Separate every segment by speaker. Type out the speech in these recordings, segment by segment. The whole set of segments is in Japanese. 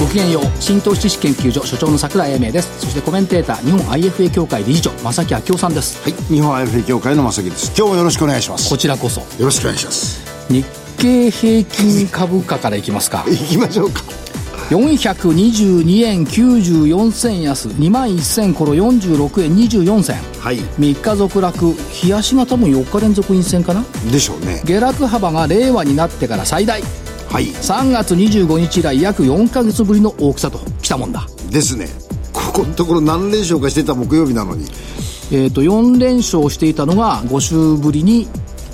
Speaker 1: ごきげんよう新投資知識研究所所長の桜井英明ですそしてコメンテーター日本 IFA 協会理事長正木昭夫さんです
Speaker 2: はい、日本 IFA 協会の正木です。今日もよろしくお願いします。
Speaker 1: こ
Speaker 2: よ
Speaker 1: ちらこそ
Speaker 2: ろしくお願いします。
Speaker 1: 日経平均株価からいきますか
Speaker 2: 行きましょうか。
Speaker 1: 422円94銭安2万1000頃46円24銭
Speaker 2: はい。
Speaker 1: 3日続落日足が多分4日連続陰線かな
Speaker 2: でしょうね。
Speaker 1: 下落幅が令和になってから最大
Speaker 2: はい。
Speaker 1: 3月25日以来約4ヶ月ぶりの大きさときたもんだ
Speaker 2: ですね。ここのところ何連勝かしてた木曜日なのに。
Speaker 1: えー、と4連勝していたのが5週ぶりに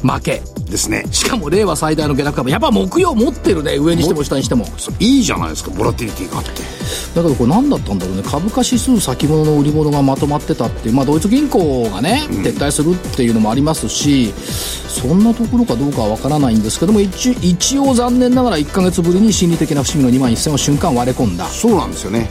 Speaker 1: 負け
Speaker 2: ですね。
Speaker 1: しかも令和最大の下落株やっぱ木曜持ってるね上にしても下にしても
Speaker 2: そういいじゃないですか、ボラティリティがあって。
Speaker 1: だけどこれ何だったんだろうね株価指数先物の売り物がまとまってたっていう、まあ、ドイツ銀行がね撤退するっていうのもありますし、そんなところかどうかは分からないんですけども一一応残念ながら1ヶ月ぶりに心理的な節目の2万1000を瞬間割れ込んだ
Speaker 2: そうなんですよね。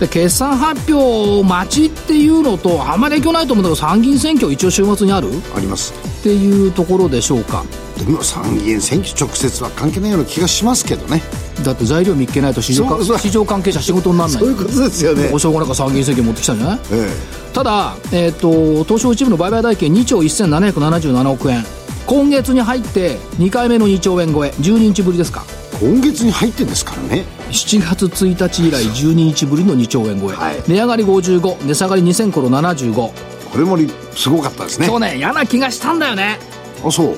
Speaker 1: で決算発表待ちっていうのとあんまり影響ないと思うんだけど参議院選挙一応週末にあるっ
Speaker 2: あります。
Speaker 1: ていうところでしょうか
Speaker 2: でも参議院選挙直接は関係ないような気がしますけどね。
Speaker 1: だって材料見っけないと市場
Speaker 2: そう
Speaker 1: か
Speaker 2: そう
Speaker 1: 市場関係者仕事にならない
Speaker 2: そういうことですよね
Speaker 1: お。正月なんか参議院選挙持ってきたんじゃない
Speaker 2: え
Speaker 1: ただ、えー、と東証一部の売買代金2兆1777億円今月に入って2回目の2兆円超え12日ぶりですか
Speaker 2: え今月に入ってんですからね。
Speaker 1: 7月1日以来12日ぶりの2兆円超え、
Speaker 2: はい
Speaker 1: 値上がり55値下がり2000頃75
Speaker 2: これもりすごかったですね。
Speaker 1: 今日ね嫌な気がしたんだよね
Speaker 2: あ、そう。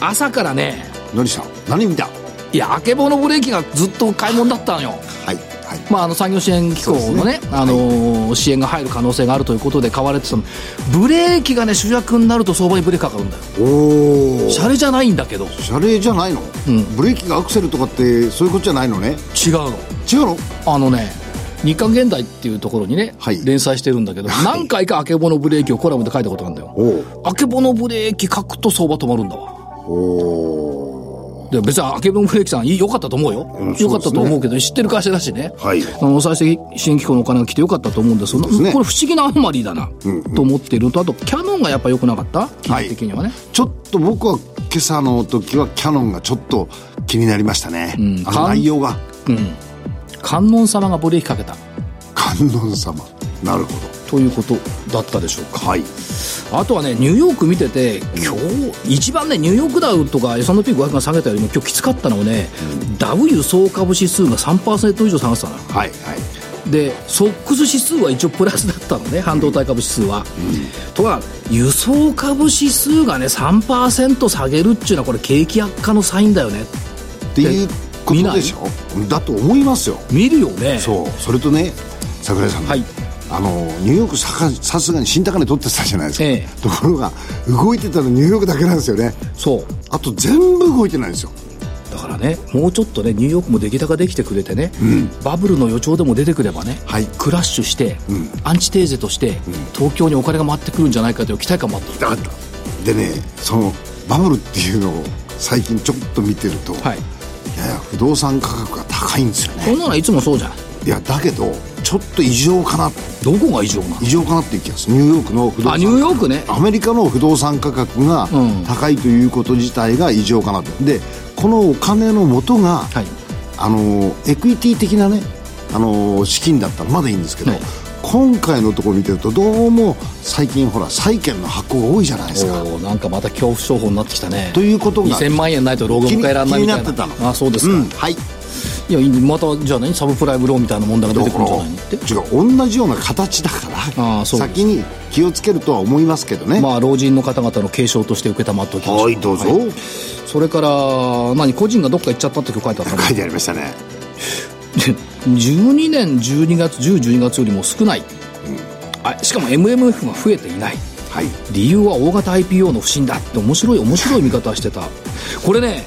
Speaker 1: 朝からね
Speaker 2: 何した何見た
Speaker 1: いやあけぼのブレーキがずっと買い物だったのよ
Speaker 2: はい。はい。
Speaker 1: まあ、あの産業支援機構の
Speaker 2: そう
Speaker 1: ね
Speaker 2: ですね
Speaker 1: あのー支援が入る可能性があるということで買われてたのブレーキがね主役になると相場にブレーキかかるんだよ
Speaker 2: おお。
Speaker 1: シャレじゃないんだけど違
Speaker 2: 謝礼じゃないの、
Speaker 1: ん
Speaker 2: ブレーキがアクセルとかってそういうことじゃないのね
Speaker 1: うの
Speaker 2: 違うの
Speaker 1: あのね日刊現代っていうところにね、
Speaker 2: はい
Speaker 1: 連載してるんだけど、何回かあけぼのブレーキをコラムで書いたことがあるんだよ
Speaker 2: おう
Speaker 1: あけぼのブレーキ書くと相場止まるんだわ
Speaker 2: お
Speaker 1: で別にあけぼのブレーキさんいい良かったと思うよ、
Speaker 2: うん
Speaker 1: 良かったと思うけど知ってる会社だしね、
Speaker 2: はい
Speaker 1: あの再生支援機構のお金が来てよかったと思うんですけど、
Speaker 2: うですね
Speaker 1: これ不思議なアノマリーだな、と思っているのとあとキャノンがやっぱ良くなかった基
Speaker 2: はい
Speaker 1: 本的にはね、
Speaker 2: ちょっと僕は今朝の時はキャノンがちょっと気になりましたね、あの内容が
Speaker 1: うん観音様がブレーキかけた
Speaker 2: 観音様なるほ
Speaker 1: ということだったでしょうか
Speaker 2: どはい
Speaker 1: あとはねニューヨーク見てて今日一番ねニューヨークダウとか S&P500 が下げたよりも今日きつかったのはね、ダウ輸送株指数が3%以上下がってたのよ
Speaker 2: はいはい
Speaker 1: でソックス指数は一応プラスだったのね半導体株指数は、とは輸送株指数がね3%下げるっていうのはこれ景気悪化のサインだよね
Speaker 2: っていうこ
Speaker 1: 見な
Speaker 2: と
Speaker 1: い
Speaker 2: でしょだと思いますよ
Speaker 1: 見るよね
Speaker 2: そうそれとね桜井さん、
Speaker 1: はい
Speaker 2: あのニューヨークさかさすがに新高値取ってたじゃないですか、
Speaker 1: ええ
Speaker 2: ところが動いてたのニューヨークだけなんですよね
Speaker 1: そう
Speaker 2: あと全部動いてないんですよ
Speaker 1: だからねもうちょっとねニューヨークも出来高できてくれてね、バブルの予兆でも出てくればね、
Speaker 2: はい
Speaker 1: クラッシュして、アンチテーゼとして、東京にお金が回ってくるんじゃないかという期待感もあった
Speaker 2: だったでねそのバブルっていうのを最近ちょっと見てると、、
Speaker 1: はいい
Speaker 2: やや不動産価格が高いんですよね
Speaker 1: こんなのはいつもそうじゃん
Speaker 2: いやだけどちょっと異常かな
Speaker 1: どこが異常な
Speaker 2: 異常かなっていう気がするニューヨークの不動
Speaker 1: の
Speaker 2: 産
Speaker 1: あニューヨークね
Speaker 2: アメリカの不動産価格が
Speaker 1: うん
Speaker 2: 高いということ自体が異常かなとでこのお金の元が、
Speaker 1: はい
Speaker 2: あのエクイティ的なねあの資金だったらまだいいんですけど、
Speaker 1: はい
Speaker 2: 今回のところ見てるとどうも最近ほら債券の発行が多いじゃないですか
Speaker 1: おーなんかまた恐怖症法になってきたね
Speaker 2: ということが
Speaker 1: 2000万円ないと老後迎えられないみたいな
Speaker 2: 気に気になってたの
Speaker 1: あそうですか、
Speaker 2: うんはい
Speaker 1: いやいいまたじゃあ何サブプライムローンみたいな問題が出
Speaker 2: だ
Speaker 1: てくる
Speaker 2: か
Speaker 1: んじゃないのって
Speaker 2: ら違う同じような形だから
Speaker 1: ああそうです
Speaker 2: 先に気をつけるとは思いますけどね、
Speaker 1: まあ老人の方々の継承として受けたまっておきましょう
Speaker 2: はいどうぞ、
Speaker 1: はいそれから何個人がどっか行っちゃったって今日書いてあったの
Speaker 2: 書いてありましたね
Speaker 1: で12年12月10、12月よりも少ない、あしかも MMF が増えていない
Speaker 2: はい
Speaker 1: 理由は大型 IPO の不振だって面白い面白い見方してたこれね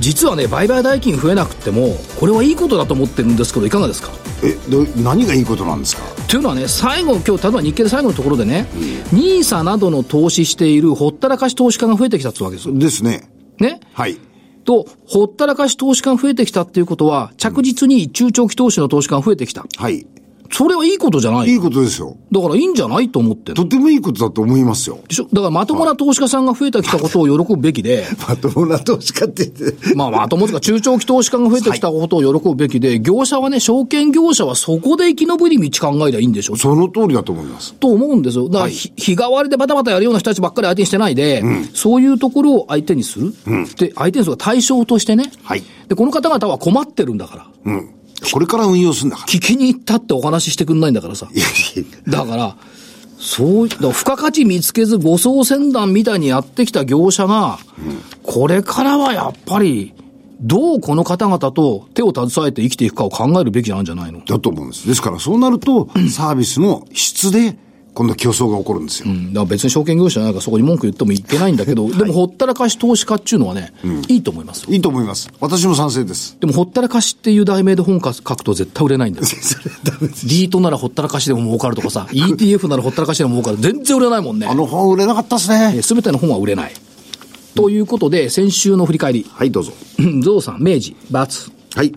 Speaker 1: 実はね売買代金増えなくってもこれはいいことだと思ってるんですけどいかがですか
Speaker 2: えど何がいいことなんですか
Speaker 1: というのはね、最後、今日、例えば日経で最後のところでね、ニーサなどの投資しているほったらかし投資家が増えてきたってわけですよ。
Speaker 2: ですね。
Speaker 1: ね。
Speaker 2: はい。
Speaker 1: と、ほったらかし投資家が増えてきたっていうことは、着実に中長期投資の投資家が増えてきた。
Speaker 2: はい。
Speaker 1: それはいいことじゃない。
Speaker 2: いいことですよ。
Speaker 1: だからいいんじゃないと思ってる
Speaker 2: とてもいいことだと思いますよ。
Speaker 1: でしょだからまともな投資家さんが増えてきたことを喜ぶべきで、
Speaker 2: まともな投資家って言って。
Speaker 1: まあまともとか中長期投資家が増えてきたことを喜ぶべきで、業者はね、証券業者はそこで生き延びる道考えりゃいいんでしょ
Speaker 2: その通りだと思います。
Speaker 1: と思うんですよ。だから
Speaker 2: はい
Speaker 1: 日、日替わりでバタバタやるような人たちばっかり相手にしてないで、そういうところを相手にする。で、相手にする対象としてね。
Speaker 2: はい
Speaker 1: で、この方々は困ってるんだから。
Speaker 2: うん。これから運用するんだから。
Speaker 1: 聞きに行ったってお話ししてくんないんだからさ。
Speaker 2: い やいや
Speaker 1: だから、そう、だから付加価値見つけず、誤送船団みたいにやってきた業者が、これからはやっぱり、どうこの方々と手を携えて生きていくかを考えるべきなんじゃないの
Speaker 2: だと思うんです。ですから、そうなると、サービスの質で、今度競争が起こるんですよ。
Speaker 1: うんだから別に証券業者なんかそこに文句言ってもいけないんだけど、でもほったらかし投資家っていうのはね、いいと思いますよ。
Speaker 2: いいと思います。私も賛成です。
Speaker 1: でもほったらかしっていう題名で本書くと絶対売れないんだ よ。リートならほったらかしでも儲かるとかさ、ETF ならほったらかしでも儲かる。全然売れないもんね
Speaker 2: あ。の本売れなかったです
Speaker 1: え
Speaker 2: ね。
Speaker 1: ー全ての本は売れない。ということで、先週の振り返り。
Speaker 2: はい、どうぞ。
Speaker 1: ゾウさん、明治、バツ。
Speaker 2: はい。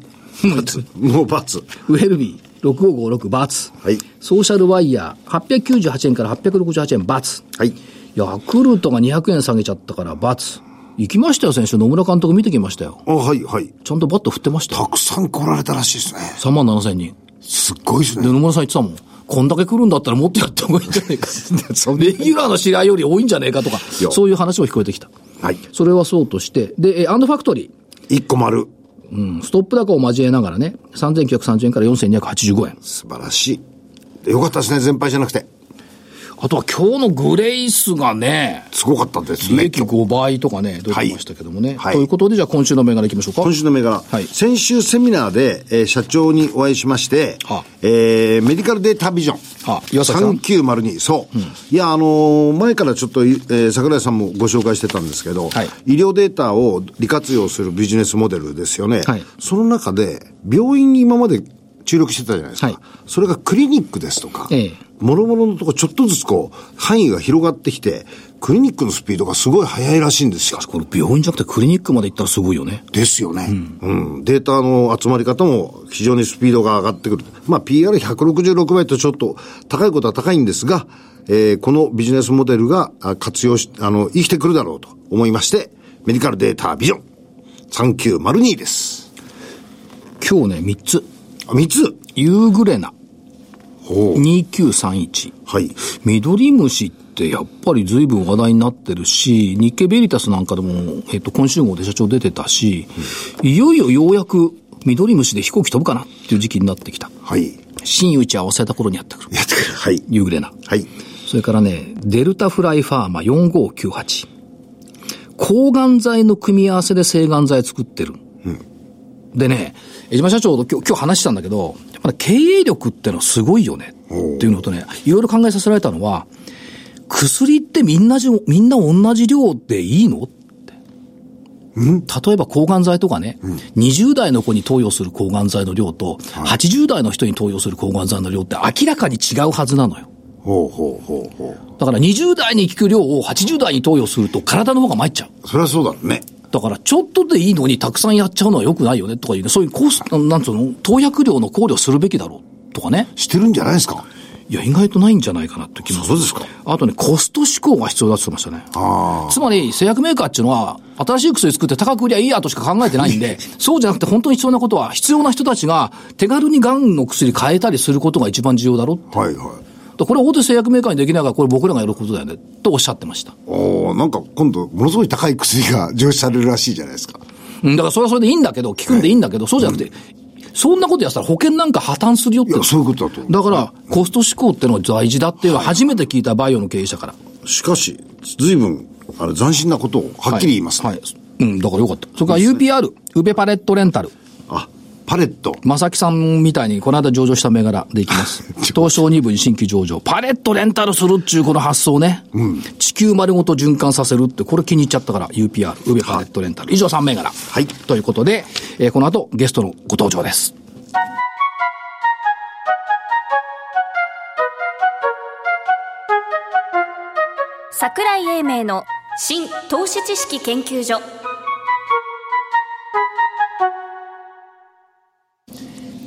Speaker 2: もう罰。
Speaker 1: ウェルビー、6556、バツ。
Speaker 2: はい
Speaker 1: ソーシャルワイヤー、898円から868円、バツ。
Speaker 2: はい。
Speaker 1: ヤクルトが200円下げちゃったから、バツ。行きましたよ、先週。野村監督見てきましたよ。
Speaker 2: あ、はい、はい。
Speaker 1: ちゃんとバット振ってました
Speaker 2: た
Speaker 1: よ。
Speaker 2: くさん来られたらしいですね。
Speaker 1: 3万7千人。
Speaker 2: すっごいです
Speaker 1: で、
Speaker 2: ね。
Speaker 1: 野村さん言ってたもん。こんだけ来るんだったらもっとやった方がいいんじゃ ねえか。レギュラーの知り合いより多いんじゃねえかとか、
Speaker 2: いや
Speaker 1: そういう話も聞こえてきた。
Speaker 2: はい。
Speaker 1: それはそうとして。で、えーアンドファクトリー。
Speaker 2: 一個丸。
Speaker 1: うんストップ高を交えながらね、3930円から4285円。
Speaker 2: 素晴らしい。よかったですね、全敗じゃなくて。
Speaker 1: あとは今日のグレイスがね、
Speaker 2: すごかったです
Speaker 1: 利
Speaker 2: ね。
Speaker 1: 益5倍とかね、出てましたけどもね。
Speaker 2: はい
Speaker 1: ということで、じゃあ今週の銘柄いきましょうか。
Speaker 2: 今週の銘柄、
Speaker 1: はい
Speaker 2: 先週セミナーで、えー社長にお会いしまして、
Speaker 1: はあ
Speaker 2: えーメディカルデータビジョン、
Speaker 1: はあ岩崎さん
Speaker 2: 3902、そう、いや、あのー前からちょっと、えー桜井さんもご紹介してたんですけど、
Speaker 1: はい
Speaker 2: 医療データを利活用するビジネスモデルですよね、
Speaker 1: はい
Speaker 2: その中で、病院に今まで注力してたじゃないですか、
Speaker 1: はい
Speaker 2: それがクリニックですとか、
Speaker 1: ええ
Speaker 2: もろもろのとこちょっとずつこう、範囲が広がってきて、クリニックのスピードがすごい速いらしいんですよ。
Speaker 1: これ病院じゃなくてクリニックまで行ったらすごいよね。
Speaker 2: ですよね、うんデータの集まり方も非常にスピードが上がってくる。まあ、PR166 倍とちょっと高いことは高いんですが、えーこのビジネスモデルがあ活用し、あの、生きてくるだろうと思いまして、メディカルデータビジョン3902です。
Speaker 1: 今日ね、3つ。
Speaker 2: あ、3つ
Speaker 1: ユーグレナ
Speaker 2: ほう。
Speaker 1: 2931。
Speaker 2: はい。
Speaker 1: ミドリムシってやっぱり随分話題になってるし、日経ベリタスなんかでも、えっと、今週号で社長出てたし、いよいよようやくミドリムシで飛行機飛ぶかなっていう時期になってきた。
Speaker 2: はい。
Speaker 1: 新内は忘れた頃にやってくる。
Speaker 2: やってくる。はい。
Speaker 1: 夕暮れな。
Speaker 2: はい。
Speaker 1: それからね、デルタフライファーマ4598。抗がん剤の組み合わせで制がん剤作ってる。でね、江島社長と今日今日話したんだけど、やっぱり経営力ってのはすごいよね。っていうのとね、いろいろ考えさせられたのは、薬ってみんなじ、みんな同じ量でいいの例えば抗がん剤とかね、20代の子に投与する抗がん剤の量と、80代の人に投与する抗がん剤の量って明らかに違うはずなのよ。
Speaker 2: ほうほうほうほう。
Speaker 1: だから20代に効く量を80代に投与すると体の方が参っちゃう。
Speaker 2: それはそうだろうね。
Speaker 1: だからちょっとでいいのにたくさんやっちゃうのは良くないよねとかいうね、そういうコース、なんつうの、投薬量の考慮するべきだろうとかね。
Speaker 2: してるんじゃないですか
Speaker 1: いや、意外とないんじゃないかなって気もす
Speaker 2: そう
Speaker 1: る。
Speaker 2: ですか。
Speaker 1: あとね、コスト志向が必要だって言ってましたね。
Speaker 2: あ
Speaker 1: つまり製薬メーカーっていうのは、新しい薬作って高く売りゃいいやとしか考えてないんで、そうじゃなくて本当に必要なことは、必要な人たちが手軽に癌の薬変えたりすることが一番重要だろ。
Speaker 2: あ。はいはい。
Speaker 1: とこれ大手製薬メーカーにできないから、これ僕らがやることだよね、とおっしゃってました。
Speaker 2: おーなんか今度、ものすごい高い薬が上市されるらしいじゃないですか。
Speaker 1: うん、だからそれはそれでいいんだけど、聞くんでいいんだけど、そうじゃなくて、そんなことやってたら保険なんか破綻するよって
Speaker 2: いや、そういうことだと思う。
Speaker 1: だから、コスト志向ってのは大事だっていうのは初めて聞いたバイオの経営者から。
Speaker 2: しかし、ずいぶん、あれ、斬新なことをはっきり言います、ね
Speaker 1: はい。うん、だからよかった。それから UPR、ウベパレットレンタル。
Speaker 2: あ、パレット。
Speaker 1: まさきさんみたいに、この間上場した銘柄でいき ます。東証2部に新規上場。パレットレンタルするっちゅうこの発想ね。地球丸ごと循環させるって、これ気に入っちゃったから、UPR、ウベパレットレンタル。以上3銘柄。はいということで、えーこの後、ゲストのご登場です。
Speaker 3: 桜井英明の新投資知識研究所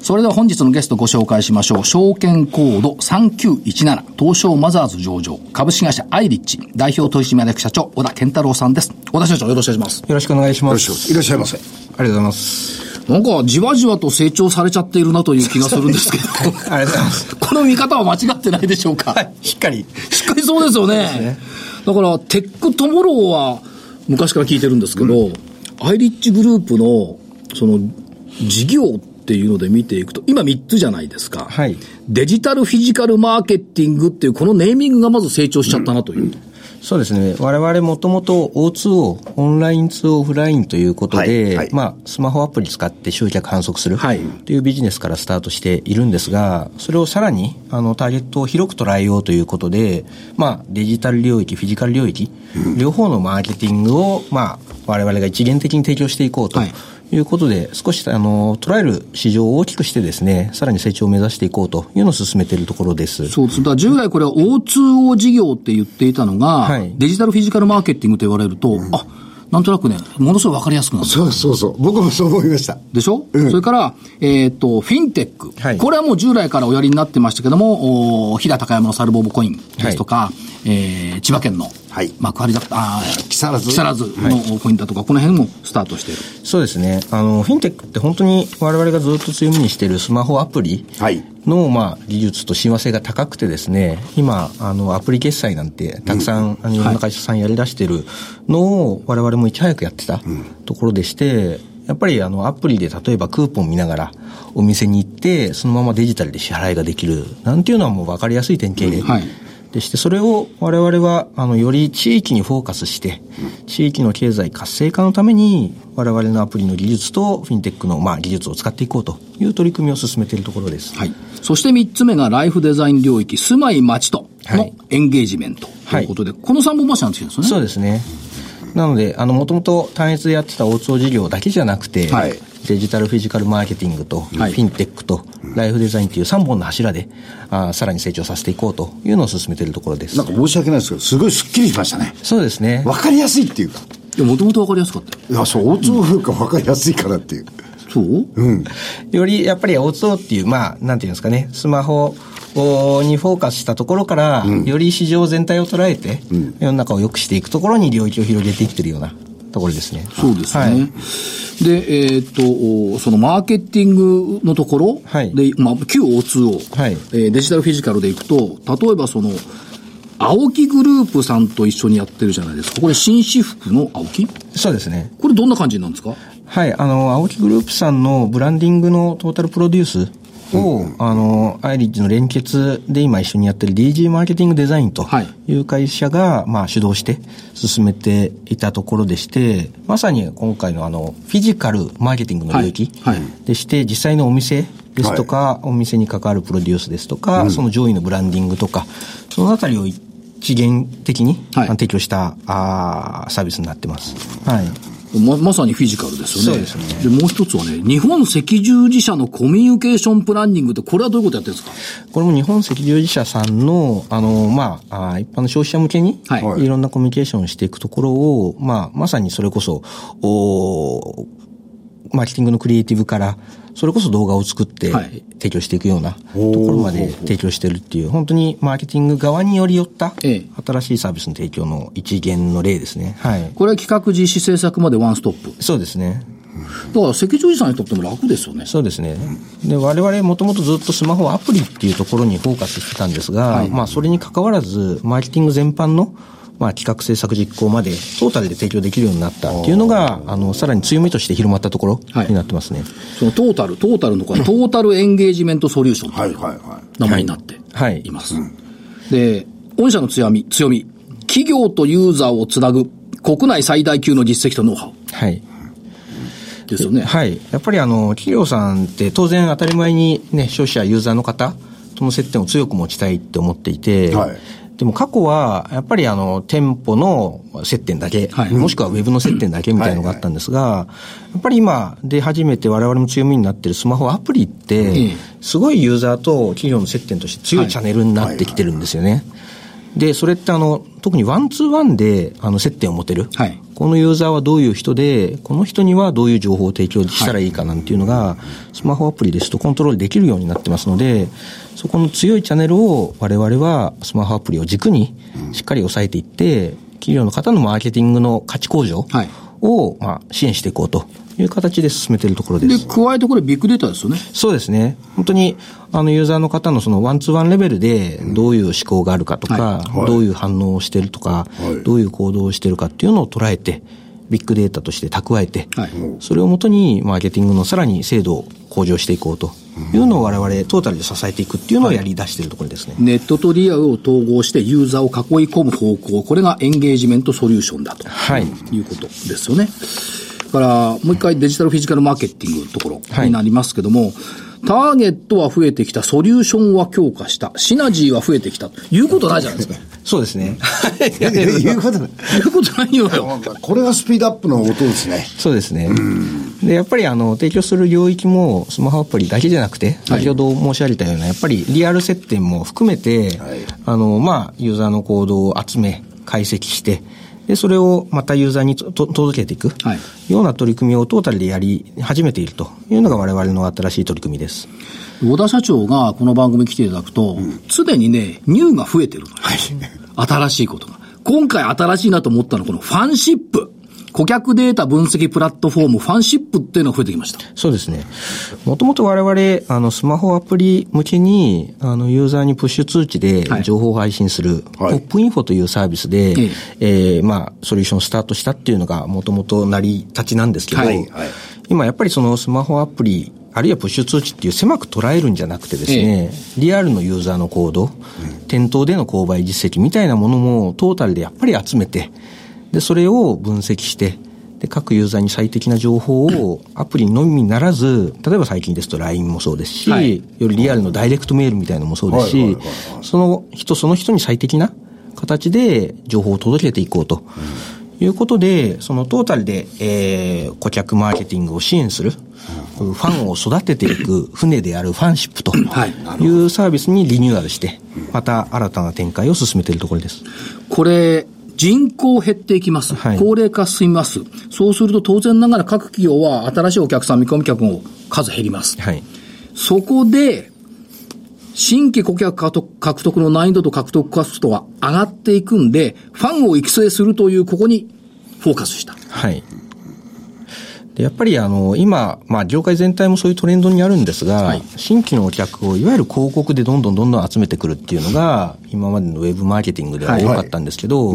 Speaker 1: それでは本日のゲストご紹介しましょう。証券コード3917、東証マザーズ上場、株式会社アイリッチ、代表取締役社長、小田健太郎さんです。小田社長、よろしくお願いします。
Speaker 4: よろしくお願いしま。
Speaker 2: しくお願いしますすいらっしゃいませ
Speaker 4: ありがとうございます。
Speaker 1: なんか、じわじわと成長されちゃっているなという気がするんです けど、
Speaker 4: ありがとうございます。
Speaker 1: この見方は間違ってないでしょうか。
Speaker 4: はい、しっかり。
Speaker 1: しっかりそうですよね。だから、テックトモローは昔から聞いてるんですけど、アイリッチグループの、その、事業っていうので見ていくと、今3つじゃないですか。
Speaker 4: はい
Speaker 1: デジタルフィジカルマーケティングっていう、このネーミングがまず成長しちゃったなという。
Speaker 4: そうですね。我々もともと O2 をオンライン2オフラインということで、
Speaker 2: はいはい
Speaker 4: まあ、スマホアプリ使って集客反則する
Speaker 1: はい
Speaker 4: というビジネスからスタートしているんですが、それをさらに、あの、ターゲットを広く捉えようということで、まあ、デジタル領域、フィジカル領域、両方のマーケティングを、まあ、我々が一元的に提供していこうと。
Speaker 1: はい
Speaker 4: いうことで、少し、あの、捉える市場を大きくしてですね、さらに成長を目指していこうというのを進めているところです。
Speaker 1: そうです。だから従来これは O2O 事業って言っていたのが、
Speaker 4: はい
Speaker 1: デジタルフィジカルマーケティングと言われると、あ、なんとなくね、ものすごいわかりやすくなる。
Speaker 2: そうそうそう。僕もそう思いました。
Speaker 1: でしょ、それから、えっ、と、フィンテック、
Speaker 4: はい
Speaker 1: これはもう従来からおやりになってましたけども、お平高山のサルボーボコインですとか、えー千葉県の
Speaker 2: はい
Speaker 1: 幕張だった、あー
Speaker 2: 木更津
Speaker 1: 木更津のコインだとか、この辺もスタートしている。
Speaker 4: そうですね。あの、フィンテックって本当に我々がずっと強みにしているスマホアプリ
Speaker 2: はい
Speaker 4: の、まあ、技術と親和性が高くてですね、今、あの、アプリ決済なんて、たくさん、あのいろんな会社さんやり出してるのを、我々もいち早くやってたところでして、やっぱりあのアプリで例えばクーポン見ながらお店に行ってそのままデジタルで支払いができるなんていうのはもう分かりやすい典型例
Speaker 1: はい
Speaker 4: でして、それを我々は、あの、より地域にフォーカスして、地域の経済活性化のために、我々のアプリの技術とフィンテックの、まあ、技術を使っていこうという取り組みを進めているところです。
Speaker 1: はい。そして3つ目がライフデザイン領域、住まい町と
Speaker 4: は
Speaker 1: の
Speaker 4: い
Speaker 1: エンゲージメントということで、この3本柱になってきたんですよね。
Speaker 4: そうですね。なので、あの、もともと単一でやってた O2 事業だけじゃなくて、
Speaker 2: はい
Speaker 4: デジタルフィジカルマーケティングと、
Speaker 1: はい
Speaker 4: フィンテックと、ライフデザインという3本の柱で、あーさらに成長させていこうというのを進めているところです
Speaker 2: なん。か申し訳ないですけど、すごいスッキリしましたね。
Speaker 4: そうですね。
Speaker 2: わかりやすいっていうか。
Speaker 1: でもともとわかりやすかったよ。
Speaker 2: いや、そう、大津風かわかりやすいからっていう。
Speaker 1: そう
Speaker 4: よりやっぱり O2O っていう、まあ、なんていうんですかね、スマホにフォーカスしたところから、より市場全体を捉えて、世の中を良くしていくところに領域を広げていってるようなところですね。
Speaker 1: そうですね。
Speaker 4: はい
Speaker 1: で、えーっと、おそのマーケティングのところで、
Speaker 4: はい
Speaker 1: まあ、旧 O2O、
Speaker 4: はい
Speaker 1: えーデジタルフィジカルでいくと、例えばその、青木グループさんと一緒にやってるじゃないですか。これ、紳士服の青木
Speaker 4: そうですね。
Speaker 1: これどんな感じなんですか
Speaker 4: はい、あの、青木グループさんのブランディングのトータルプロデュースを、あの、アイリッジの連結で今一緒にやってる DG マーケティングデザインと
Speaker 1: はい
Speaker 4: いう会社が、まあ、主導して進めていたところでして、まさに今回のあの、フィジカルマーケティングの領域
Speaker 1: はいはい
Speaker 4: でして、実際のお店ですとか、お店に関わるプロデュースですとか、その上位のブランディングとか、そのあたりを一元的に
Speaker 1: はい
Speaker 4: 提供した、あーサービスになってます。はい。
Speaker 1: ま、まさにフィジカルですよね。
Speaker 4: そうですね
Speaker 1: で、もう一つはね、日本赤十字社のコミュニケーションプランニングって、これはどういうことやってるんですか
Speaker 4: これも日本赤十字社さんの、あの、まあ、あ一般の消費者向けに、。
Speaker 1: はい
Speaker 4: ろんなコミュニケーションをしていくところを、まあ、まさにそれこそ、おーマーケティングのクリエイティブから、それこそ動画を作って
Speaker 1: はい
Speaker 4: 提供していくようなところまで提供してるっていう、本当にマーケティング側により寄った、
Speaker 1: ええ
Speaker 4: 新しいサービスの提供の一元の例ですね。はい。
Speaker 1: これは企画実施制作までワンストップ。
Speaker 4: そうですね。
Speaker 1: だから、赤十字社にとっても楽ですよね。
Speaker 4: そうですね。で、我々もともとずっとスマホアプリっていうところにフォーカスしてたんですが、まあそれに関わらず、マーケティング全般の、まあ企画制作実行まで、トータルで提供できるようになったっていうのが、あの、さらに強みとして広まったところ
Speaker 1: はい
Speaker 4: になってますね。
Speaker 1: そのトータル、トータルのこれ、トータルエンゲージメントソリューションという
Speaker 2: はいはいは
Speaker 1: 名前になって
Speaker 4: はい
Speaker 1: います。で、御社の強み、強み、企業とユーザーをつなぐ国内最大級の実績とノウハウ
Speaker 4: はい。
Speaker 1: ですよね。
Speaker 4: はい。やっぱりあの、企業さんって当然当たり前にね、消費者、ユーザーの方との接点を強く持ちたいって思っていて、
Speaker 2: はい
Speaker 4: でも過去は、やっぱりあの、店舗の接点だけ、
Speaker 1: はい
Speaker 4: もしくはウェブの接点だけみたいなのがあったんですが、やっぱり今出始めて我々も強みになってるスマホアプリって、
Speaker 1: ええ
Speaker 4: すごいユーザーと企業の接点として強いチャンネルになってきてるんですよね。で、それってあの、特にワンツーワンで、あの、接点を持てる。
Speaker 1: はい
Speaker 4: このユーザーはどういう人で、この人にはどういう情報を提供したらいいかなんていうのが、スマホアプリですとコントロールできるようになってますので、そこの強いチャンネルを我々はスマホアプリを軸にしっかり抑えていって、企業の方のマーケティングの価値向上
Speaker 1: はい
Speaker 4: を、まあ、支援していこうという形で進めているところで。
Speaker 1: です加えてこれビッグデータですよね
Speaker 4: そうですね。本当に、あの、ユーザーの方のそのワンツーワンレベルで、どういう思考があるかとか、
Speaker 2: はい
Speaker 4: どういう反応をしてるとか、
Speaker 2: はい
Speaker 4: どういう行動をしてるかっていうのを捉えて、ビッグデータとして蓄えて、
Speaker 1: はい
Speaker 4: それをもとに、マーケティングのさらに精度を向上していこうというのを我々、トータルで支えていくっていうのをやり出しているところですね。
Speaker 1: ネットとリアルを統合してユーザーを囲い込む方向これがエンゲージメントソリューションだと
Speaker 4: はい。
Speaker 1: いうことですよね。だから、もう一回デジタルフィジカルマーケティングのところ
Speaker 4: はい
Speaker 1: になりますけども、ターゲットは増えてきた、ソリューションは強化した、シナジーは増えてきた、いうことないじゃないで すか。
Speaker 4: そうですね。
Speaker 2: いうことで
Speaker 1: いうことないよよ。
Speaker 2: これがスピードアップの音ですね。
Speaker 4: そうですね。で、やっぱりあの、提供する領域も、スマホアプリだけじゃなくて、先ほど申し上げたような、やっぱりリアル接点も含めて、
Speaker 2: はい
Speaker 4: あの、まあ、ユーザーの行動を集め、解析して、で、それをまたユーザーにとと届けていく
Speaker 1: はい
Speaker 4: ような取り組みをトータルでやり始めているというのが我々の新しい取り組みです。
Speaker 1: 小田社長がこの番組来ていただくと、常にね、ニューが増えてるのよ新しいことが。今回新しいなと思ったのは、このファンシップ。顧客データ分析プラットフォーム、ファンシップっていうのが増えてきました。
Speaker 4: そうですね。もともと我々、あの、スマホアプリ向けに、あの、ユーザーにプッシュ通知で
Speaker 1: はい
Speaker 4: 情報を配信する、
Speaker 2: はい
Speaker 4: ポップインフォというサービスで、
Speaker 1: え
Speaker 4: えーまあ、ソリューションスタートしたっていうのが、もともと成り立ちなんですけど、
Speaker 1: はい
Speaker 2: はい
Speaker 4: 今やっぱりそのスマホアプリ、あるいはプッシュ通知っていう狭く捉えるんじゃなくてですね、リアルのユーザーの行動、店頭での購買実績みたいなものもトータルでやっぱり集めて、で、それを分析して、で、各ユーザーに最適な情報をアプリのみならず、例えば最近ですと LINE もそうですし、
Speaker 1: はい
Speaker 4: よりリアルのダイレクトメールみたいなのもそうです
Speaker 2: はいはい
Speaker 4: し
Speaker 2: はいはい、
Speaker 4: その人その人に最適な形で情報を届けていこうと。いうことで、そのトータルで、えー顧客マーケティングを支援する、こういうファンを育てていく船であるファンシップと
Speaker 1: はいなるほ
Speaker 4: いうサービスにリニューアルして、また新たな展開を進めているところです。
Speaker 1: これ、人口減っていきます。
Speaker 4: はい
Speaker 1: 高齢化進みます。そうすると当然ながら各企業は新しいお客さん、見込み客も数減ります。
Speaker 4: はい。
Speaker 1: そこで、新規顧客獲得獲得の難易度と獲得コストは上がっていくんで、ファンを育成するというここにフォーカスした。
Speaker 4: はい。でやっぱりあの今、まあ、業界全体もそういうトレンドにあるんですが、
Speaker 1: はい
Speaker 4: 新規のお客をいわゆる広告でどんどんどんどん集めてくるっていうのが、今までのウェブマーケティングでは
Speaker 1: はい
Speaker 4: 多かったんですけど、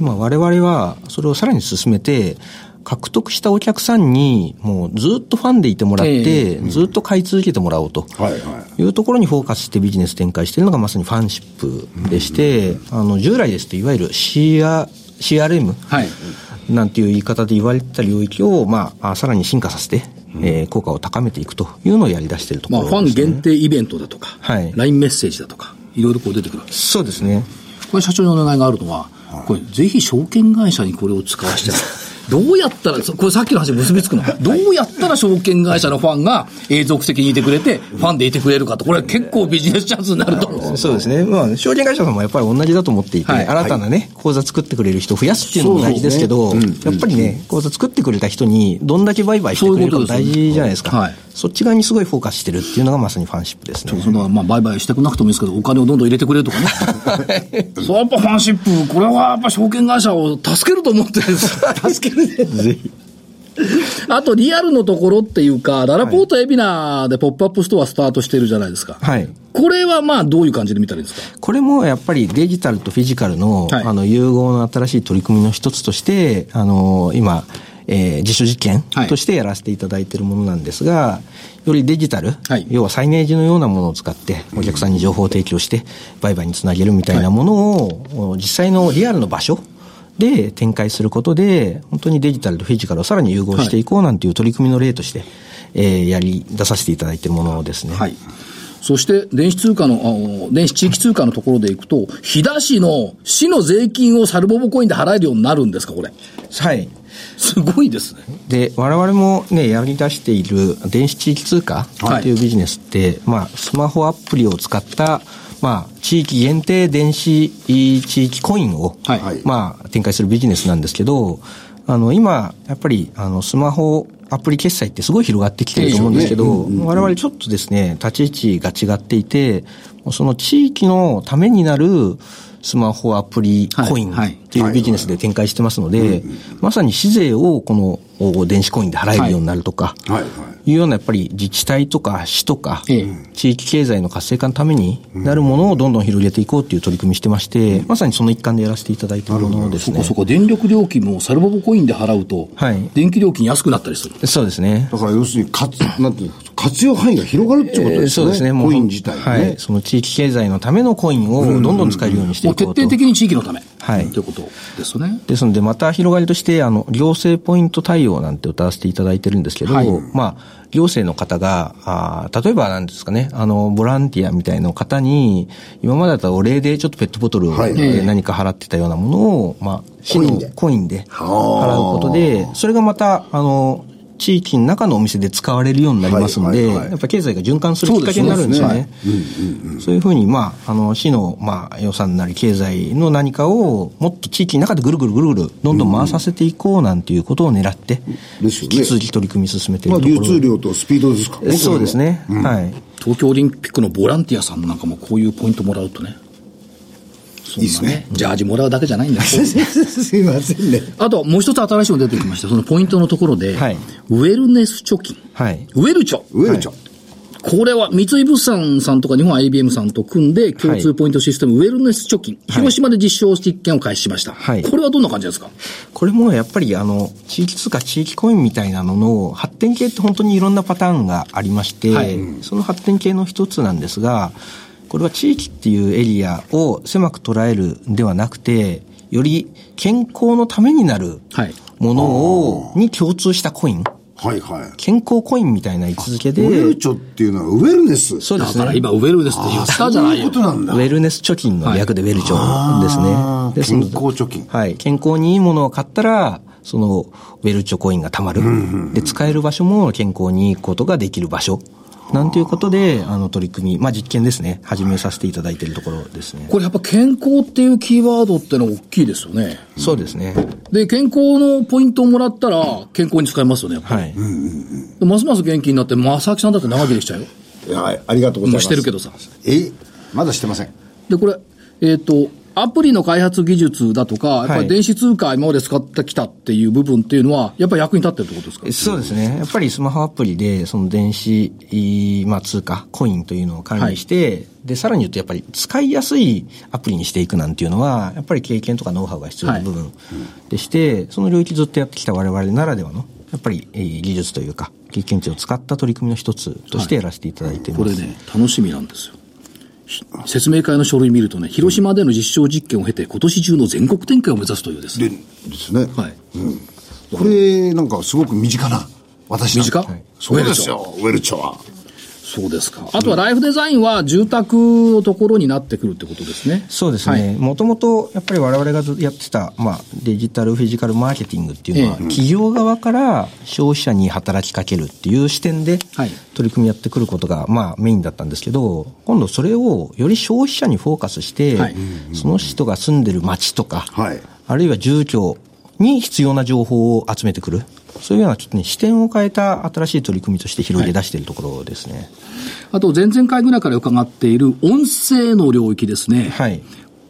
Speaker 4: 今、我々はそれをさらに進めて、獲得したお客さんに、もうずっとファンでいてもらって、
Speaker 1: え
Speaker 4: ずっと買い続けてもらおうと。
Speaker 2: はいはい。
Speaker 4: いうところにフォーカスしてビジネス展開しているのがまさにファンシップでして、あの従来ですといわゆる CR CRM
Speaker 1: はい。
Speaker 4: なんていう言い方で言われてた領域を、まあ、あさらに進化させて、えー効果を高めていくというのをやり出しているとこ
Speaker 1: まあ、
Speaker 4: ろ
Speaker 1: フ
Speaker 4: です、ね。
Speaker 1: ァン限定イベントだとか、
Speaker 4: はい
Speaker 1: LINE メッセージだとか、いろいろこう出てくるわけです。
Speaker 4: そうですね。
Speaker 1: これ社長にお願いがあるのは、これぜひ証券会社にこれを使わせて、 どうやったら、そこれさっきの話に結びつくの。どうやったら証券会社のファンが永続的にいてくれて、ファンでいてくれるかと。これは結構ビジネスチャンスになると思うんです
Speaker 4: そうですね。まあ、証券会社さんもやっぱり同じだと思っていて、
Speaker 1: はい
Speaker 4: 新たなね、口座作ってくれる人を増やすっていうのも大事ですけど、
Speaker 2: そうですねうん
Speaker 4: やっぱりね、口座作ってくれた人にどんだけ売買してくれるかも
Speaker 1: そういうことで
Speaker 4: 大
Speaker 1: すよ
Speaker 4: 事じゃないですか。
Speaker 1: はい
Speaker 4: そっち側にすごいフォーカスしてるっていうのがまさにファンシップですね。
Speaker 1: そのまあ売買してくなくてもいいですけど、お金をどんどん入れてくれるとかね。 そうやっぱファンシップ、これはやっぱ証券会社を助けると思ってるんです。 助けるね。
Speaker 4: ぜひ。
Speaker 1: あとリアルのところっていうか、ララポートエビナでポップアップストアスタートしてるじゃないですか。
Speaker 4: はい。
Speaker 1: これはまあどういう感じで見たらいいんですか
Speaker 4: これもやっぱりデジタルとフィジカルの,、
Speaker 1: はい
Speaker 4: あの融合の新しい取り組みの一つとして、あの今、えー自主実験
Speaker 1: はい
Speaker 4: としてやらせていただいているものなんですが、よりデジタル、
Speaker 1: はい
Speaker 4: 要はサイネージのようなものを使って、お客さんに情報を提供して、売買につなげるみたいなものを、実際のリアルの場所で展開することで、本当にデジタルとフィジカルをさらに融合していこうなんていう取り組みの例として、えーやり出させていただいているものですね。
Speaker 1: はい。そして、電子通貨の、あの電子地域通貨のところでいくと、飛騨市の市の税金をサルボボコインで払えるようになるんですか、これ。
Speaker 4: はい
Speaker 1: すごいですね。
Speaker 4: で我々もねやり出している電子地域通貨
Speaker 1: はい
Speaker 4: っていうビジネスって、まあ、スマホアプリを使ったまあ、地域限定電子地域コインを、
Speaker 1: はい
Speaker 2: はい
Speaker 4: まあ、展開するビジネスなんですけど、あの、今、やっぱり、あの、スマホ、アプリ決済ってすごい広がってきてると思うんですけど、我々ちょっとですね、立ち位置が違っていて、もうその地域のためになるスマホアプリコイン
Speaker 1: はいはい
Speaker 4: っていうビジネスで展開してますので、まさに市税をこのお電子コインで払えるようになるとか、、
Speaker 2: はいはい
Speaker 4: うようなやっぱり自治体とか市とか、
Speaker 1: ええ
Speaker 4: 地域経済の活性化のためになるものをどんどん広げていこうという取り組みしてまして、まさにその一環でやらせていただいているものです
Speaker 1: そ
Speaker 4: ね
Speaker 1: こ。そこ、電力料金もサルボボコインで払うと、
Speaker 4: はい
Speaker 1: 電気料金安くなったりする。
Speaker 4: そうですね。
Speaker 2: だから要するに、かつ、なんていうの活用範囲が広がるってことですね。
Speaker 4: えーそうですね。もう
Speaker 2: コイン自体
Speaker 4: は
Speaker 2: がね
Speaker 4: い。。その地域経済のためのコインをどんどん使えるようにして
Speaker 1: も
Speaker 4: いう
Speaker 1: 徹
Speaker 4: こう
Speaker 1: 底
Speaker 4: と。
Speaker 1: 的に地域のため、
Speaker 4: はい
Speaker 1: ということですね。
Speaker 4: ですので、また広がりとして、あの、行政ポイント対応なんて歌わせていただいてるんですけど、
Speaker 1: はい
Speaker 4: まあ、行政の方が、あー例えばなんですかね、あの、ボランティアみたいな方に、今までだったらお礼でちょっとペットボトル
Speaker 2: はい
Speaker 4: で何か払ってたようなものを、まあ、市
Speaker 2: コイン
Speaker 4: の
Speaker 2: で
Speaker 4: コインで払う
Speaker 2: はあ
Speaker 4: ことで、それがまた、あの、地域の中のお店で使われるようになりますので、
Speaker 2: はいはいはい
Speaker 4: やっぱ経済が循環するきっかけになるんですよね。そういうふうに、まあ、あの、市の、まあ、予算なり経済の何かを、もっと地域の中でぐるぐるぐるぐる、どんどん回させていこうなんていうことを狙って、
Speaker 2: で
Speaker 4: 引
Speaker 2: すよね
Speaker 4: き続き取り組み進めてい
Speaker 2: まあ、
Speaker 4: るとこ
Speaker 2: 流
Speaker 4: ろ。
Speaker 2: 通量とスピードですか。
Speaker 4: そうです。ね。はい。
Speaker 1: 東京オリンピックのボランティアさんなんかもこういうポイントもらうとね。そんなね
Speaker 2: いいですね。
Speaker 1: ジャージもらうだけじゃないんだよ
Speaker 2: すいませんね。
Speaker 1: あと、もう一つ新しいの出てきました。そのポイントのところで、
Speaker 4: はい
Speaker 1: ウェルネス貯金。
Speaker 4: はい。
Speaker 1: ウェルチョ。
Speaker 2: ウェルちゃん。
Speaker 1: これは三井物産さんとか日本 IBM さんと組んで共通ポイントシステム、ウェルネス貯金。広島で実証実験を開始しました。
Speaker 4: はい
Speaker 1: これはどんな感じですか
Speaker 4: これもやっぱりあの、地域通貨、地域コインみたいなのの発展系って本当にいろんなパターンがありまして、
Speaker 1: はい
Speaker 4: その発展系の一つなんですが、これは地域っていうエリアを狭く捉えるんではなくて、より健康のためになる
Speaker 1: はい。
Speaker 4: ものを、に共通したコイン、
Speaker 2: はいはい。
Speaker 4: 健康コインみたいな位置づけ
Speaker 2: ウ
Speaker 4: で、
Speaker 2: ェルチョっていうのはウェルネス。
Speaker 4: そうで
Speaker 1: だ
Speaker 4: す
Speaker 1: から
Speaker 4: ね。
Speaker 1: 今、ウェルネスって言ったじゃ
Speaker 2: そ
Speaker 1: な
Speaker 2: う
Speaker 1: い
Speaker 2: いう
Speaker 1: よ
Speaker 2: こ。となんだ。
Speaker 4: ウェルネス貯金の略でウェルチョですね。
Speaker 2: あー
Speaker 4: ですので
Speaker 2: 健康貯金
Speaker 4: はい。健康にいいものを買ったら、そのウェルチョコインが貯まる。で、使える場所も健康にいいことができる場所。なんていうことで、あの、取り組み、まあ、実験ですね。始めさせていただいているところですね。
Speaker 1: これやっぱ健康っていうキーワードってのは大きいですよね。
Speaker 4: そうですね。
Speaker 1: で、健康のポイントをもらったら、健康に使えますよね、やっぱ
Speaker 4: はい。
Speaker 1: でますます元気になって、正木さんだって長生きできちゃうよ。
Speaker 2: いやありがとうご
Speaker 1: も
Speaker 2: ざいま
Speaker 1: う
Speaker 2: す。
Speaker 1: してるけどさ。
Speaker 2: えまだしてません。
Speaker 1: で、これ、えっ、と、アプリの開発技術だとか、やっぱり電子通貨今まで使ってきたっていう部分っていうのは、やっぱり役に立ってるってことですか
Speaker 4: そうですね。やっぱりスマホアプリで、その電子、いまあ、通貨、コインというのを管理して、で、さらに言うと、やっぱり使いやすいアプリにしていくなんていうのは、やっぱり経験とかノウハウが必要な部分でして、その領域ずっとやってきた我々ならではの、やっぱり、えー技術というか、経験値を使った取り組みの一つとしてやらせていただいています。
Speaker 1: これね、楽しみなんですよ。ひ説明会の書類見るとね、広島での実証実験を経て、今年中の全国展開を目指すというです
Speaker 2: で、
Speaker 1: ね。
Speaker 2: ですね。
Speaker 1: はい。
Speaker 2: これ、なんかすごく身近な。私なんか
Speaker 1: 身近はい
Speaker 2: そうですよ、ウェルチョは。
Speaker 1: そうですか。あとはライフデザインは住宅のところになってくるってことですね。
Speaker 4: そうです
Speaker 1: はい
Speaker 4: ね。もともと、やっぱり我々がずやってた、まあ、デジタルフィジカルマーケティングっていうのは、
Speaker 1: ええ
Speaker 4: 企業側から消費者に働きかけるっていう視点で
Speaker 1: はい、
Speaker 4: 取り組みやってくることが、まあ、メインだったんですけど、今度それをより消費者にフォーカスして、
Speaker 1: はい
Speaker 4: その人が住んでる街とか、
Speaker 2: はい
Speaker 4: あるいは住居に必要な情報を集めてくる。そういうようなちょっとね、視点を変えた新しい取り組みとして広げ出しているところですね。
Speaker 1: あと、前々回ぐらいから伺っている音声の領域ですね。
Speaker 4: はい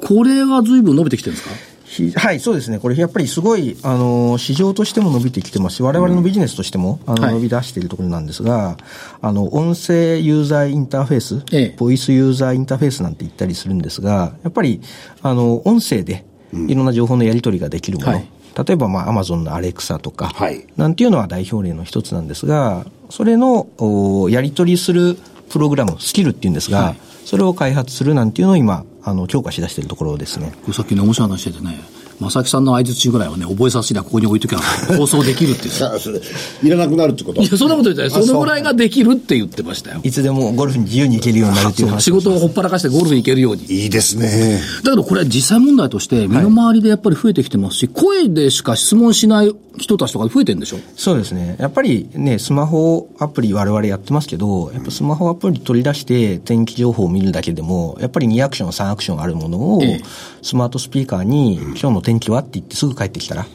Speaker 1: これは随分伸びてきてるんですか
Speaker 4: ひはい、そうですね。これやっぱりすごい、あの、市場としても伸びてきてますし、我々のビジネスとしても、あ
Speaker 1: はい
Speaker 4: の、伸び出しているところなんですが、あの、音声ユーザーインターフェース、
Speaker 1: ええ
Speaker 4: ボイスユーザーインターフェースなんて言ったりするんですが、やっぱり、あの、音声で、いろんな情報のやり取りができるもの、
Speaker 1: はい
Speaker 4: 例えば、まあ、アマゾンのアレクサとか、
Speaker 2: はい
Speaker 4: なんていうのは代表例の一つなんですが、それの、おやり取りするプログラム、スキルっていうんですが、
Speaker 1: はい
Speaker 4: それを開発するなんていうのを今、あの、強化しだしているところですね。
Speaker 1: これさっきね、面白い話しててね、正木さんの相づちぐらいはね、覚えさせりゃここに置いときゃ放送できるって言ってた
Speaker 2: あそれいらなくなるってこと
Speaker 1: いや、そんなこと言ってない。そのぐらいができるって言ってましたよ。
Speaker 4: いつでもゴルフに自由に行けるようになるってい
Speaker 1: そ
Speaker 4: う
Speaker 1: う
Speaker 4: 話
Speaker 1: 仕事をほっぱらかしてゴルフに行けるように。
Speaker 2: いいですね。
Speaker 1: だけどこれは実際問題として、身の回りでやっぱり増えてきてますし、声でしか質問しない人たちとか増えてるんでしょ
Speaker 4: そうですね。やっぱりね、スマホアプリ我々やってますけど、やっぱスマホアプリ取り出して天気情報を見るだけでも、やっぱり2アクション、3アクションあるものを
Speaker 1: ええ、
Speaker 4: スマートスピーカーに、今日の天気はって言ってすぐ帰ってきたら、や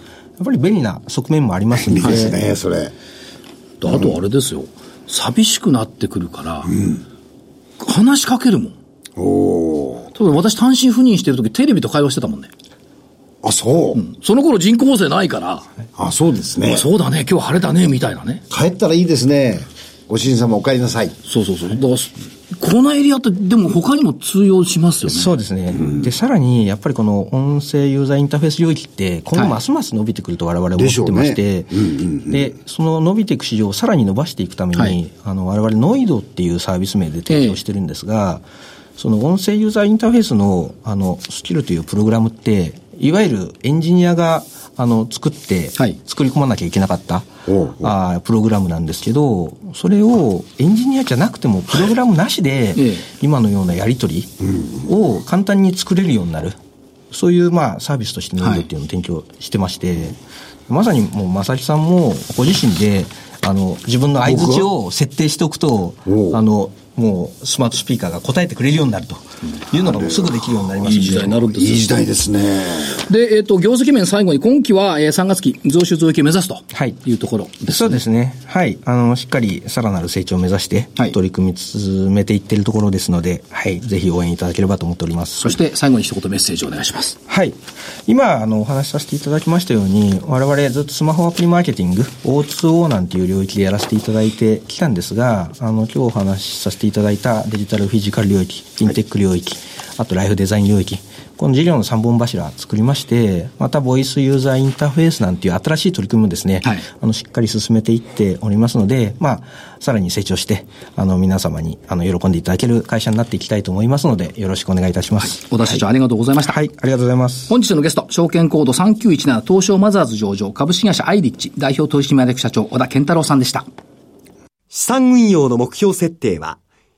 Speaker 4: っぱり便利な側面もありますん
Speaker 2: い
Speaker 4: で
Speaker 2: い、ですね、それ。
Speaker 1: であとあれですよ。寂しくなってくるから、話しかけるもん。
Speaker 2: おお。
Speaker 1: 例えば私単身赴任してる時テレビと会話してたもんね。
Speaker 2: あ、そう。
Speaker 1: その頃人工音声ないから、
Speaker 2: あ、そうですね
Speaker 1: あ。そうだね、今日晴れたね、みたいなね。
Speaker 2: 帰ったらいいですね。ご主人様お帰りなさい。
Speaker 1: そうそうそう。だから、すこのエリアって、でも他にも通用しますよね。
Speaker 4: そうですね。で、さらに、やっぱりこの音声ユーザーインターフェース領域って、今後ますます伸びてくると我々は思
Speaker 2: でしょ
Speaker 4: っ
Speaker 2: うね
Speaker 4: てまして、で、その伸びていく市場をさらに伸ばしていくために、
Speaker 1: はい
Speaker 4: あの、我々ノイドっていうサービス名で提
Speaker 1: ええ
Speaker 4: 供してるんですが、その音声ユーザーインターフェースの、あの、スキルというプログラムって、いわゆるエンジニアが、あの、作って、
Speaker 1: はい
Speaker 4: 作り込まなきゃいけなかった、
Speaker 2: おうおう
Speaker 4: あープログラムなんですけど、それをエンジニアじゃなくても、プログラムなし
Speaker 1: え
Speaker 4: で、
Speaker 1: え
Speaker 4: 今のようなやり取りを簡単に作れるようになる、そういうまあサービスとしてノイドっていうのを提供してまして、まさにもう正木さんもご自身であの自分の相づちを設定しておくと
Speaker 2: おう
Speaker 4: あのもうスマートスピーカーが答えてくれるようになるというのがもうすぐできるようになりますんで
Speaker 1: る
Speaker 2: いい時代ですね。
Speaker 1: で、えっ、と、業績面最後に今期は、えー3月期、増収増益を目指すと
Speaker 4: はい
Speaker 1: いうところです、
Speaker 4: そうですね。はい。あの、しっかりさらなる成長を目指して
Speaker 1: はい、
Speaker 4: 取り組み進めていってるところですので、はい。ぜひ応援いただければと思っております。
Speaker 1: そして最後に一言メッセージをお願いします。
Speaker 4: はい。今、あの、お話しさせていただきましたように、我々ずっとスマホアプリマーケティング、O2O なんていう領域でやらせていただいてきたんですが、あの、今日お話しさせていただいたデジタルフィジカル領域、フィンテック領域、あとライフデザイン領域、この事業の3本柱作りまして、またボイスユーザーインターフェースなんていう新しい取り組みもですね、
Speaker 1: はい
Speaker 4: あの、しっかり進めていっておりますので、まあ、さらに成長して、あの、皆様に、あの、喜んでいただける会社になっていきたいと思いますので、よろしくお願いいたします。
Speaker 1: 小田社長、ありがとうございました。
Speaker 4: はい、ありがとうございます。
Speaker 1: 本日のゲスト、証券コード3917東証マザーズ上場株式会社アイリッチ代表取締役社長小田健太郎さんでした。
Speaker 5: 資産運用の目標設定は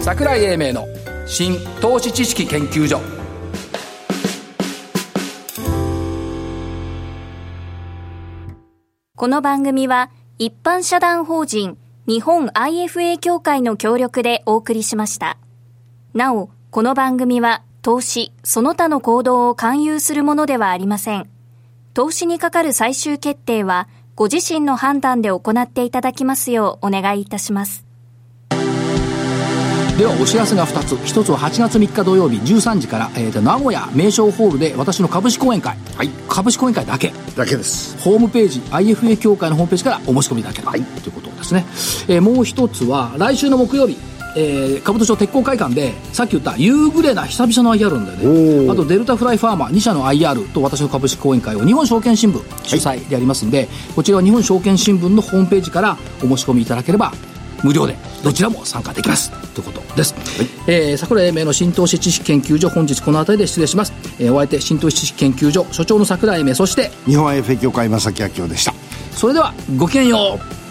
Speaker 1: 桜井英明の新投資知識研究所
Speaker 3: この番組は一般社団法人日本 IFA 協会の協力でお送りしました。なお、この番組は投資、その他の行動を勧誘するものではありません。投資にかかる最終決定はご自身の判断で行っていただきますようお願いいたします。
Speaker 1: ではお知らせが2つ1つは8月3日土曜日13時から、えーと名古屋名称ホールで私の株式講演会、株式講演会だけ
Speaker 2: だけです。
Speaker 1: ホームページ IFA 協会のホームページからお申し込みいただければ、ということですね、えーもう一つは来週の木曜日、えー、株都庁鉄工会館でさっき言った夕暮れな久々の IR なんだよねあとデルタフライファーマー2社の IR と私の株式講演会を日本証券新聞主催でやりますんで、こちらは日本証券新聞のホームページからお申し込みいただければ無料でどちらも参加できますということです、えー桜井英明の新投資知識研究所本日この辺りで失礼します、えーお相手新投資知識研究所所長の桜井英明そして
Speaker 2: 日本 IFA 協会正木明夫でした。
Speaker 1: それではごきげんよう